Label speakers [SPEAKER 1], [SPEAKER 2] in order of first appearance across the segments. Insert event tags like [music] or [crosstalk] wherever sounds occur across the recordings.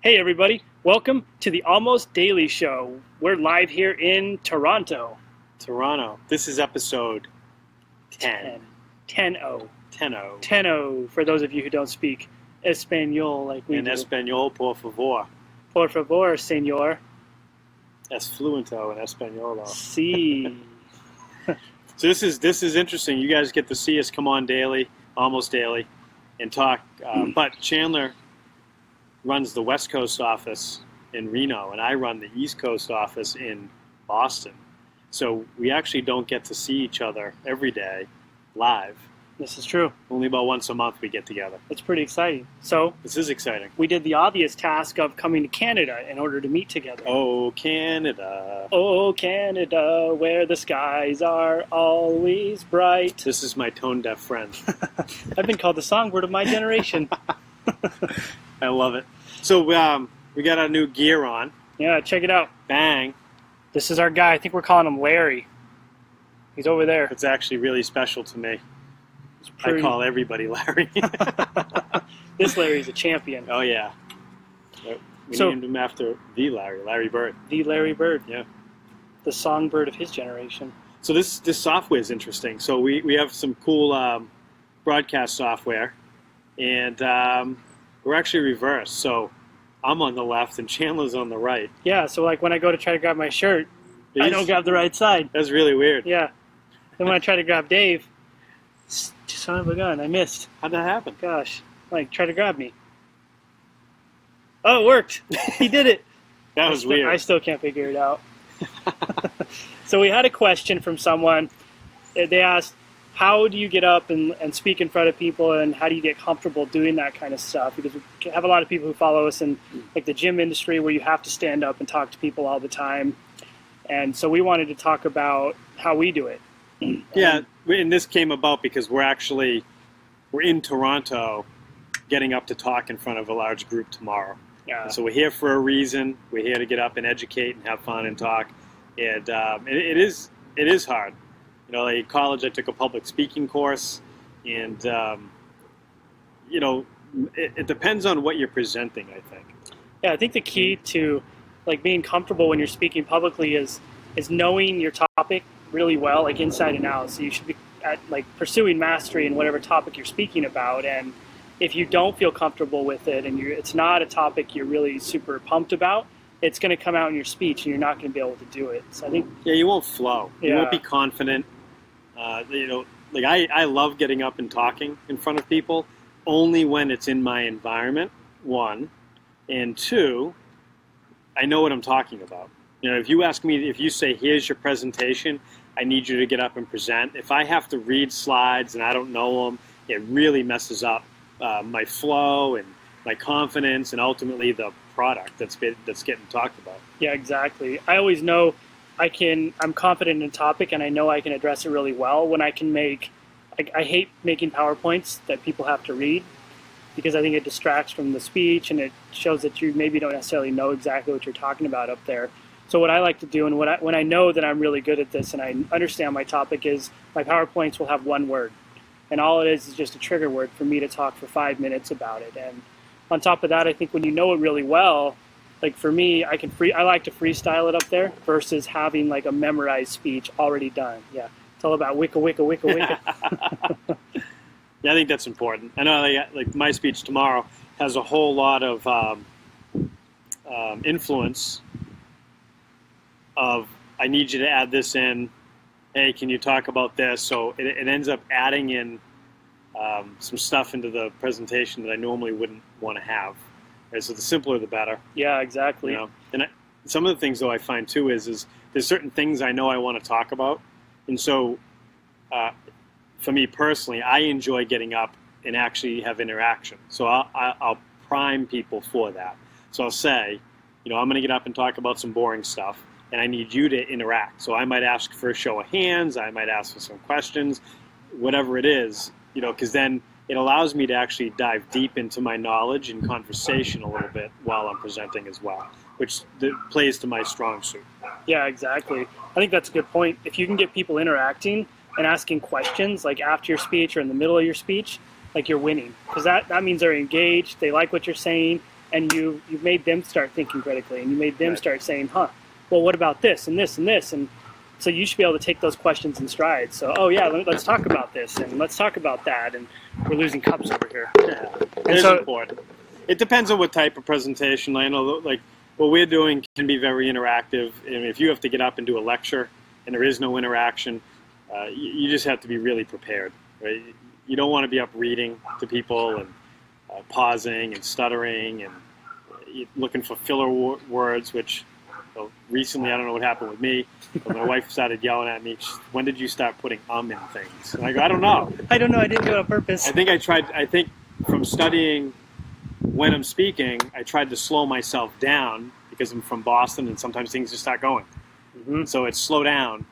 [SPEAKER 1] Hey, everybody. Welcome to the Almost Daily Show. We're live here in Toronto.
[SPEAKER 2] Toronto. This is episode 10.
[SPEAKER 1] 10 10
[SPEAKER 2] 10 0.
[SPEAKER 1] 10 for those of you who don't speak Espanol like we
[SPEAKER 2] In
[SPEAKER 1] do.
[SPEAKER 2] Espanol, por favor.
[SPEAKER 1] Por favor, senor.
[SPEAKER 2] Es fluento in Espanolo.
[SPEAKER 1] Si.
[SPEAKER 2] So this is this is interesting. You guys get to see us come on daily, almost daily, and talk. Uh,
[SPEAKER 1] Hmm.
[SPEAKER 2] but Chandler runs the West Coast office in Reno, and I run the East Coast office in Boston. So we actually don't get to see each other every day live.
[SPEAKER 1] this is true.
[SPEAKER 2] Only about once a month we get together.
[SPEAKER 1] It's pretty exciting. So,
[SPEAKER 2] This is exciting.
[SPEAKER 1] we did the obvious task of coming to Canada in order to meet together.
[SPEAKER 2] Oh, Canada.
[SPEAKER 1] Oh, Canada, where the skies are always
[SPEAKER 2] [laughs]
[SPEAKER 1] bright.
[SPEAKER 2] This is my tone deaf friend. [laughs]
[SPEAKER 1] I've been called the songbird of my generation.
[SPEAKER 2] I love it. So um, we got our new gear on.
[SPEAKER 1] yeah, check it out.
[SPEAKER 2] Bang.
[SPEAKER 1] This is our guy. I think we're calling him Larry. He's over there.
[SPEAKER 2] It's actually really special to me.
[SPEAKER 1] It's
[SPEAKER 2] I
[SPEAKER 1] pretty-
[SPEAKER 2] call
[SPEAKER 1] [laughs]
[SPEAKER 2] everybody [laughs] Larry.
[SPEAKER 1] this Larry's a champion.
[SPEAKER 2] oh yeah. We
[SPEAKER 1] So-
[SPEAKER 2] named him after the Larry, Larry Bird.
[SPEAKER 1] The Larry Bird.
[SPEAKER 2] Yeah.
[SPEAKER 1] The songbird of his generation.
[SPEAKER 2] So this this software is interesting. So we, we have some cool um, broadcast software, and um, we're actually reversed. So I'm on the left and Chandler's on the right.
[SPEAKER 1] Yeah, so like when I go to try to grab my shirt, I
[SPEAKER 2] He's-
[SPEAKER 1] don't grab the right side.
[SPEAKER 2] That's really weird.
[SPEAKER 1] Yeah. Then when I try to grab Dave, s- son of a gun, I missed.
[SPEAKER 2] How'd that happen?
[SPEAKER 1] Gosh. Like, try to grab me. Oh, it worked. he did it.
[SPEAKER 2] That
[SPEAKER 1] I
[SPEAKER 2] was
[SPEAKER 1] still- I
[SPEAKER 2] weird.
[SPEAKER 1] still can't figure it out. so we had a question from someone. Uh, They asked, "How do you get up and, and speak in front of people, and how do you get comfortable doing that kind of stuff?" Because we have a lot of people who follow us in like the gym industry, where you have to stand up and talk to people all the time. And so we wanted to talk about how we do it.
[SPEAKER 2] Yeah, we- and this came about because we're actually we're in Toronto, getting up to talk in front of a large group tomorrow. Uh,
[SPEAKER 1] Yeah,
[SPEAKER 2] So we're here for a reason. We're here to get up and educate and have fun and talk. And um, it, it is it is hard. You know, like in college, I took a public speaking course, and um, you know, it, it depends on what you're presenting. I think.
[SPEAKER 1] yeah. I think the key to like being comfortable when you're speaking publicly is is knowing your topic really well, like inside and out. So you should be at like pursuing mastery in whatever topic you're speaking about. And if you don't feel comfortable with it, and you it's not a topic you're really super pumped about, it's going to come out in your speech, and you're not going to be able to do it. So I think
[SPEAKER 2] Yeah, you won't flow. You won't
[SPEAKER 1] Yeah.
[SPEAKER 2] be confident. Uh, you know, like I, I love getting up and talking in front of people only when it's in my environment, one. And two, I know what I'm talking about. You know, if you ask me, if you say, here's your presentation, I need you to get up and present. If I have to read slides and I don't know them, it really messes up uh, my flow and my confidence and ultimately the product that's, been, that's getting talked about.
[SPEAKER 1] Yeah, exactly. I always know I can. I'm confident in a topic, and I know I can address it really well when I can make. I, I hate making powerpoints that people have to read because I think it distracts from the speech and it shows that you maybe don't necessarily know exactly what you're talking about up there. So what I like to do, and what I, when I know that I'm really good at this and I understand my topic, is my powerpoints will have one word, and all it is is just a trigger word for me to talk for five minutes about it. And on top of that, I think when you know it really well, like for me, I can free. I like to freestyle it up there versus having like a memorized speech already done. Yeah, it's all about wicka wicka wicka wicka.
[SPEAKER 2] Yeah, I think that's important. I know, like, like my speech tomorrow has a whole lot of um, um, influence of I need you to add this in. Hey, can you talk about this? So it, it ends up adding in um, some stuff into the presentation that I normally wouldn't want to have. And so the simpler, the better.
[SPEAKER 1] yeah,
[SPEAKER 2] You
[SPEAKER 1] exactly.
[SPEAKER 2] know, and I, some of the things though I find too is is there's certain things I know I want to talk about, and so uh, for me personally, I enjoy getting up and actually have interaction. So I'll, I- I'll prime people for that. So I'll say, you know, I'm going to get up and talk about some boring stuff, and I need you to interact. So I might ask for a show of hands, I might ask for some questions, whatever it is, you know, because then it allows me to actually dive deep into my knowledge and conversation a little bit while I'm presenting as well, which th- plays to my strong suit.
[SPEAKER 1] Yeah, exactly. I think that's a good point. If you can get people interacting and asking questions, like after your speech or in the middle of your speech, like you're winning because that that means they're engaged. They like what you're saying. and you you've made them start thinking critically, and you made them
[SPEAKER 2] Right.
[SPEAKER 1] start saying, "Huh, well, what about this and this and this?" and so you should be able to take those questions in stride. So, oh yeah, let, let's talk about this and let's talk about that. And we're losing cups over here.
[SPEAKER 2] Yeah, it's
[SPEAKER 1] so-
[SPEAKER 2] important. It depends on what type of presentation. I know, that, like what we're doing can be very interactive, and if you have to get up and do a lecture and there is no interaction, uh, you, you just have to be really prepared. Right? You don't want to be up reading to people and uh, pausing and stuttering and uh, looking for filler wo- words, which. you know, Recently, I don't know what happened with me, but my wife started yelling at me. She said, When did you start putting um in things? And I go, I don't know.
[SPEAKER 1] I don't know. I didn't do it on purpose.
[SPEAKER 2] I think I tried. I think from studying when I'm speaking, I tried to slow myself down because I'm from Boston, and sometimes things just start going.
[SPEAKER 1] Mhm.
[SPEAKER 2] So it's slow down,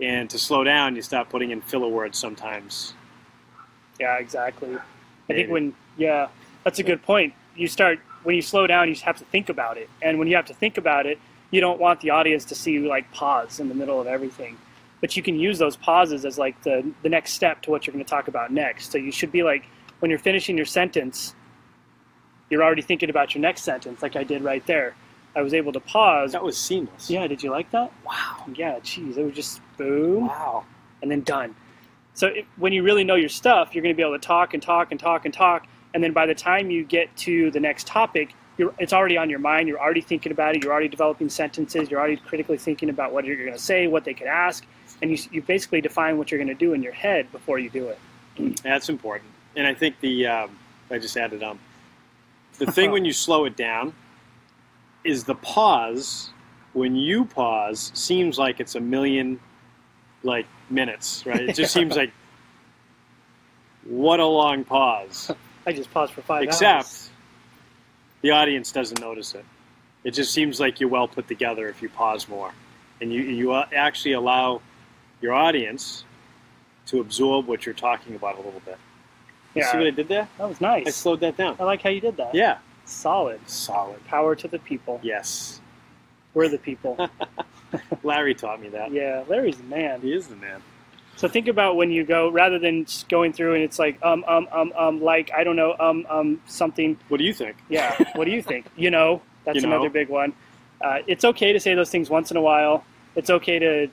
[SPEAKER 2] and to slow down, you start putting in filler words sometimes.
[SPEAKER 1] Yeah, exactly. I
[SPEAKER 2] Maybe.
[SPEAKER 1] think when yeah, that's a good point. You start when you slow down, you just have to think about it, and when you have to think about it, you don't want the audience to see you like pause in the middle of everything. But you can use those pauses as like the the next step to what you're going to talk about next. So you should be like when you're finishing your sentence, you're already thinking about your next sentence, like I did right there. I was able to pause.
[SPEAKER 2] That was seamless.
[SPEAKER 1] Yeah, did you like that?
[SPEAKER 2] Wow.
[SPEAKER 1] Yeah, geez, it was just boom
[SPEAKER 2] Wow.
[SPEAKER 1] and then done. So it, when you really know your stuff, you're going to be able to talk and talk and talk and talk, and then by the time you get to the next topic, you're, it's already on your mind. You're already thinking about it. You're already developing sentences. You're already critically thinking about what you're going to say, what they could ask, and you, s- you basically define what you're going to do in your head before you do it.
[SPEAKER 2] That's important. And I think the um, I just added um the thing when you slow it down is the pause. When you pause, seems like it's a million like minutes, right? It just seems like what a long pause.
[SPEAKER 1] I just paused for five hours.
[SPEAKER 2] Except the audience doesn't notice it. It just seems like you're well put together if you pause more, and you you uh, actually allow your audience to absorb what you're talking about a little bit. You see
[SPEAKER 1] yeah,
[SPEAKER 2] what I did there?
[SPEAKER 1] that was
[SPEAKER 2] I
[SPEAKER 1] nice.
[SPEAKER 2] slowed that down.
[SPEAKER 1] I like how you did that.
[SPEAKER 2] Yeah.
[SPEAKER 1] solid.
[SPEAKER 2] Solid.
[SPEAKER 1] Power to the people.
[SPEAKER 2] Yes. [laughs]
[SPEAKER 1] We're the people.
[SPEAKER 2] Larry taught me that.
[SPEAKER 1] yeah, Larry's the man.
[SPEAKER 2] He is the man.
[SPEAKER 1] So think about when you go, rather than just going through and it's like um um um um like I don't know um um something.
[SPEAKER 2] What do you think?
[SPEAKER 1] Yeah, [laughs] what do you think? You know, that's
[SPEAKER 2] You know.
[SPEAKER 1] another big one. Uh, it's okay to say those things once in a while. It's okay to,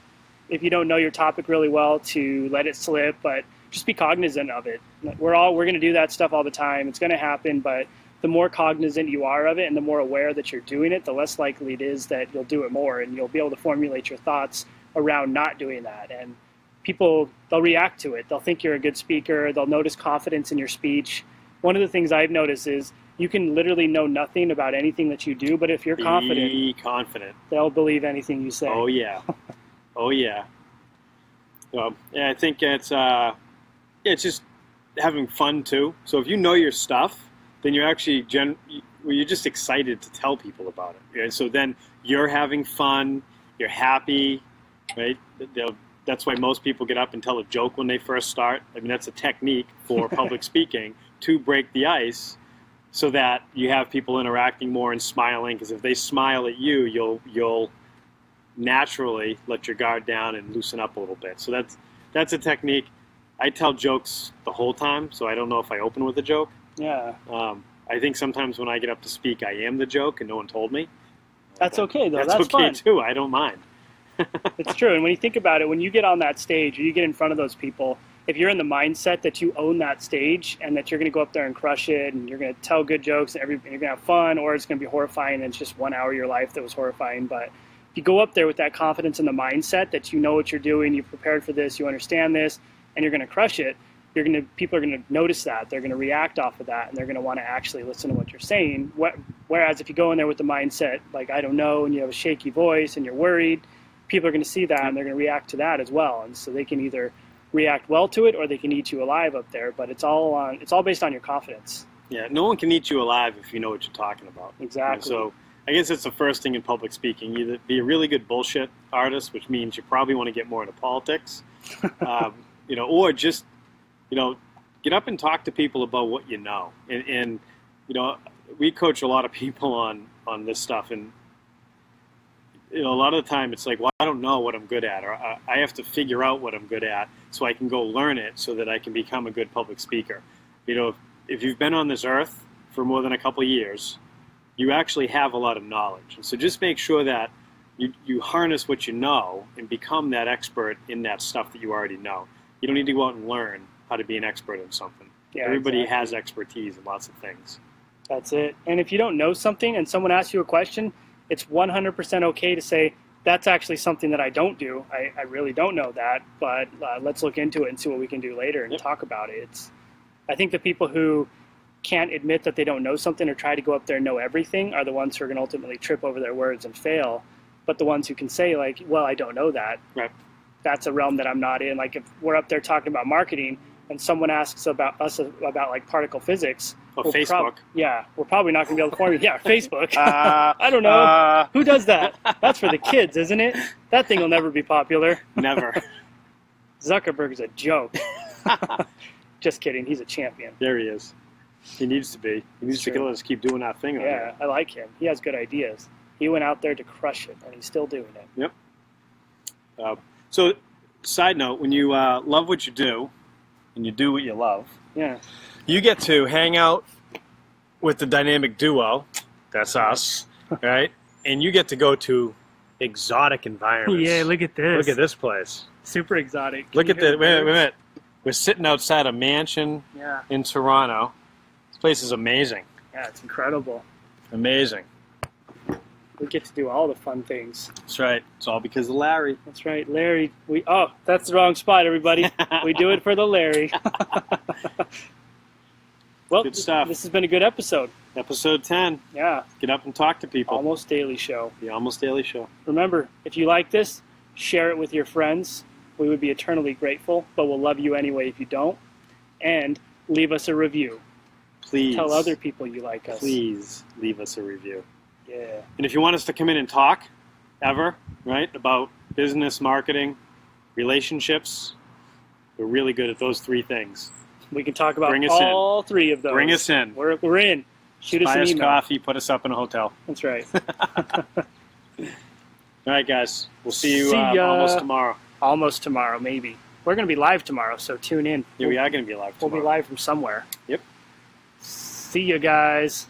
[SPEAKER 1] if you don't know your topic really well, to let it slip, but just be cognizant of it. We're all we're going to do that stuff all the time. It's going to happen, but the more cognizant you are of it and the more aware that you're doing it, the less likely it is that you'll do it more and you'll be able to formulate your thoughts around not doing that. And people, they'll react to it. They'll think you're a good speaker. They'll notice confidence in your speech. One of the things I've noticed is you can literally know nothing about anything that you do, but if you're confident,
[SPEAKER 2] Be confident.
[SPEAKER 1] they'll believe anything you say.
[SPEAKER 2] Oh yeah. oh yeah. Well, yeah, I think it's uh, yeah, it's just having fun too. So if you know your stuff, then you're actually gen. Well, you're just excited to tell people about it. Yeah, so then you're having fun. You're happy, right? They'll, that's why most people get up and tell a joke when they first start. I mean, that's a technique for public speaking to break the ice, so that you have people interacting more and smiling. Because if they smile at you, you'll you'll naturally let your guard down and loosen up a little bit. So that's that's a technique. I tell jokes the whole time, so I don't know if I open with a joke.
[SPEAKER 1] Yeah,
[SPEAKER 2] Um, I think sometimes when I get up to speak, I am the joke, and no one told me.
[SPEAKER 1] that's
[SPEAKER 2] But
[SPEAKER 1] okay though.
[SPEAKER 2] That's,
[SPEAKER 1] That's,
[SPEAKER 2] okay
[SPEAKER 1] fun.
[SPEAKER 2] too. I don't mind.
[SPEAKER 1] It's true. And when you think about it, when you get on that stage or you get in front of those people, if you're in the mindset that you own that stage and that you're going to go up there and crush it and you're going to tell good jokes and, every, and you're going to have fun, or it's going to be horrifying and it's just one hour of your life that was horrifying. But if you go up there with that confidence and the mindset that you know what you're doing, you've prepared for this, you understand this, and you're going to crush it, you're going to people are going to notice that, they're going to react off of that, and they're going to want to actually listen to what you're saying. Wh- Whereas if you go in there with the mindset like I don't know, and you have a shaky voice and you're worried, people are going to see that and they're going to react to that as well, and so they can either react well to it or they can eat you alive up there. But it's all on it's all based on your confidence.
[SPEAKER 2] Yeah, no one can eat you alive if you know what you're talking about. And
[SPEAKER 1] Exactly.
[SPEAKER 2] So I guess that's the first thing in public speaking. Either be a really good bullshit artist, which means you probably want to get more into politics, um, you know, or just, you know, get up and talk to people about what you know. And, and you know, we coach a lot of [laughs] people on, on this stuff. And, you know, a lot of the time it's like, well, I don't know what I'm good at, or I, I have to figure out what I'm good at so I can go learn it so that I can become a good public speaker. You know, if, if you've been on this earth for more than a couple of years, you actually have a lot of knowledge. And so just make sure that you, you harness what you know and become that expert in that stuff that you already know. You don't need to go out and learn how to be an expert in something.
[SPEAKER 1] Yeah,
[SPEAKER 2] Everybody
[SPEAKER 1] exactly.
[SPEAKER 2] has expertise in lots of things.
[SPEAKER 1] That's it. And if you don't know something and someone asks you a question, it's 100% okay to say, that's actually something that I don't do. I, I really don't know that, but uh, let's look into it and see what we can do later and
[SPEAKER 2] Yep.
[SPEAKER 1] talk about it. It's, I think the people who can't admit that they don't know something or try to go up there and know everything are the ones who are going to ultimately trip over their words and fail. But the ones who can say, like, well, I don't know that,
[SPEAKER 2] Right.
[SPEAKER 1] that's a realm that I'm not in. Like, if we're up there talking about marketing and someone asks about us about like particle physics,
[SPEAKER 2] Or
[SPEAKER 1] we'll prob-
[SPEAKER 2] Facebook.
[SPEAKER 1] yeah, we're probably not going to be able to formulate. Yeah, Facebook.
[SPEAKER 2] [laughs] Uh,
[SPEAKER 1] [laughs] I don't know.
[SPEAKER 2] uh,
[SPEAKER 1] Who does that? That's for the kids, isn't it? That thing will never be popular.
[SPEAKER 2] never. [laughs]
[SPEAKER 1] Zuckerberg's a joke. [laughs] Just kidding. He's a champion.
[SPEAKER 2] There he is. He needs to be. He needs to
[SPEAKER 1] Sure.
[SPEAKER 2] let us keep doing our thing on
[SPEAKER 1] Yeah,
[SPEAKER 2] there.
[SPEAKER 1] I like him. He has good ideas. He went out there to crush it, and he's still doing it.
[SPEAKER 2] Uh, so, side note: when you uh, love what you do, and you do what you love,
[SPEAKER 1] Yeah.
[SPEAKER 2] you get to hang out with the dynamic duo. That's us, right? And you get to go to exotic environments.
[SPEAKER 1] at
[SPEAKER 2] Look at this place.
[SPEAKER 1] Super exotic.
[SPEAKER 2] Look
[SPEAKER 1] Can you
[SPEAKER 2] at the.
[SPEAKER 1] hear
[SPEAKER 2] Wait, a minute, wait a
[SPEAKER 1] birds?
[SPEAKER 2] minute. We're sitting outside a mansion
[SPEAKER 1] Yeah,
[SPEAKER 2] in Toronto. This place is amazing.
[SPEAKER 1] yeah, it's incredible.
[SPEAKER 2] Amazing.
[SPEAKER 1] We get to do all the fun things.
[SPEAKER 2] That's right. It's all because of Larry.
[SPEAKER 1] That's right, Larry. We oh, that's the wrong spot, everybody. we do it for the Larry. well,
[SPEAKER 2] Good stuff.
[SPEAKER 1] This has been a good episode.
[SPEAKER 2] [laughs] Episode 10.
[SPEAKER 1] Yeah,
[SPEAKER 2] Get up and talk to people.
[SPEAKER 1] almost daily show.
[SPEAKER 2] The Almost Daily Show.
[SPEAKER 1] Remember, if you like this, share it with your friends. We would be eternally grateful, but we'll love you anyway if you don't. And leave us a review.
[SPEAKER 2] Please.
[SPEAKER 1] Tell other people you like us.
[SPEAKER 2] Please leave us a review.
[SPEAKER 1] Yeah.
[SPEAKER 2] And if you want us to come in and talk, ever, right, about business, marketing, relationships, we're really good at those three things.
[SPEAKER 1] We can talk about
[SPEAKER 2] Bring us in.
[SPEAKER 1] all three of those.
[SPEAKER 2] Bring us in.
[SPEAKER 1] We're, we're in. Shoot us
[SPEAKER 2] Buy
[SPEAKER 1] an
[SPEAKER 2] us
[SPEAKER 1] email.
[SPEAKER 2] coffee, put us up in a hotel.
[SPEAKER 1] That's right.
[SPEAKER 2] All right, guys. We'll see you
[SPEAKER 1] See
[SPEAKER 2] uh,
[SPEAKER 1] ya.
[SPEAKER 2] almost tomorrow.
[SPEAKER 1] Almost tomorrow, maybe. We're going to be live tomorrow, so tune in.
[SPEAKER 2] Yeah, we are going to be live
[SPEAKER 1] We'll
[SPEAKER 2] tomorrow.
[SPEAKER 1] be live from somewhere.
[SPEAKER 2] Yep.
[SPEAKER 1] See you guys.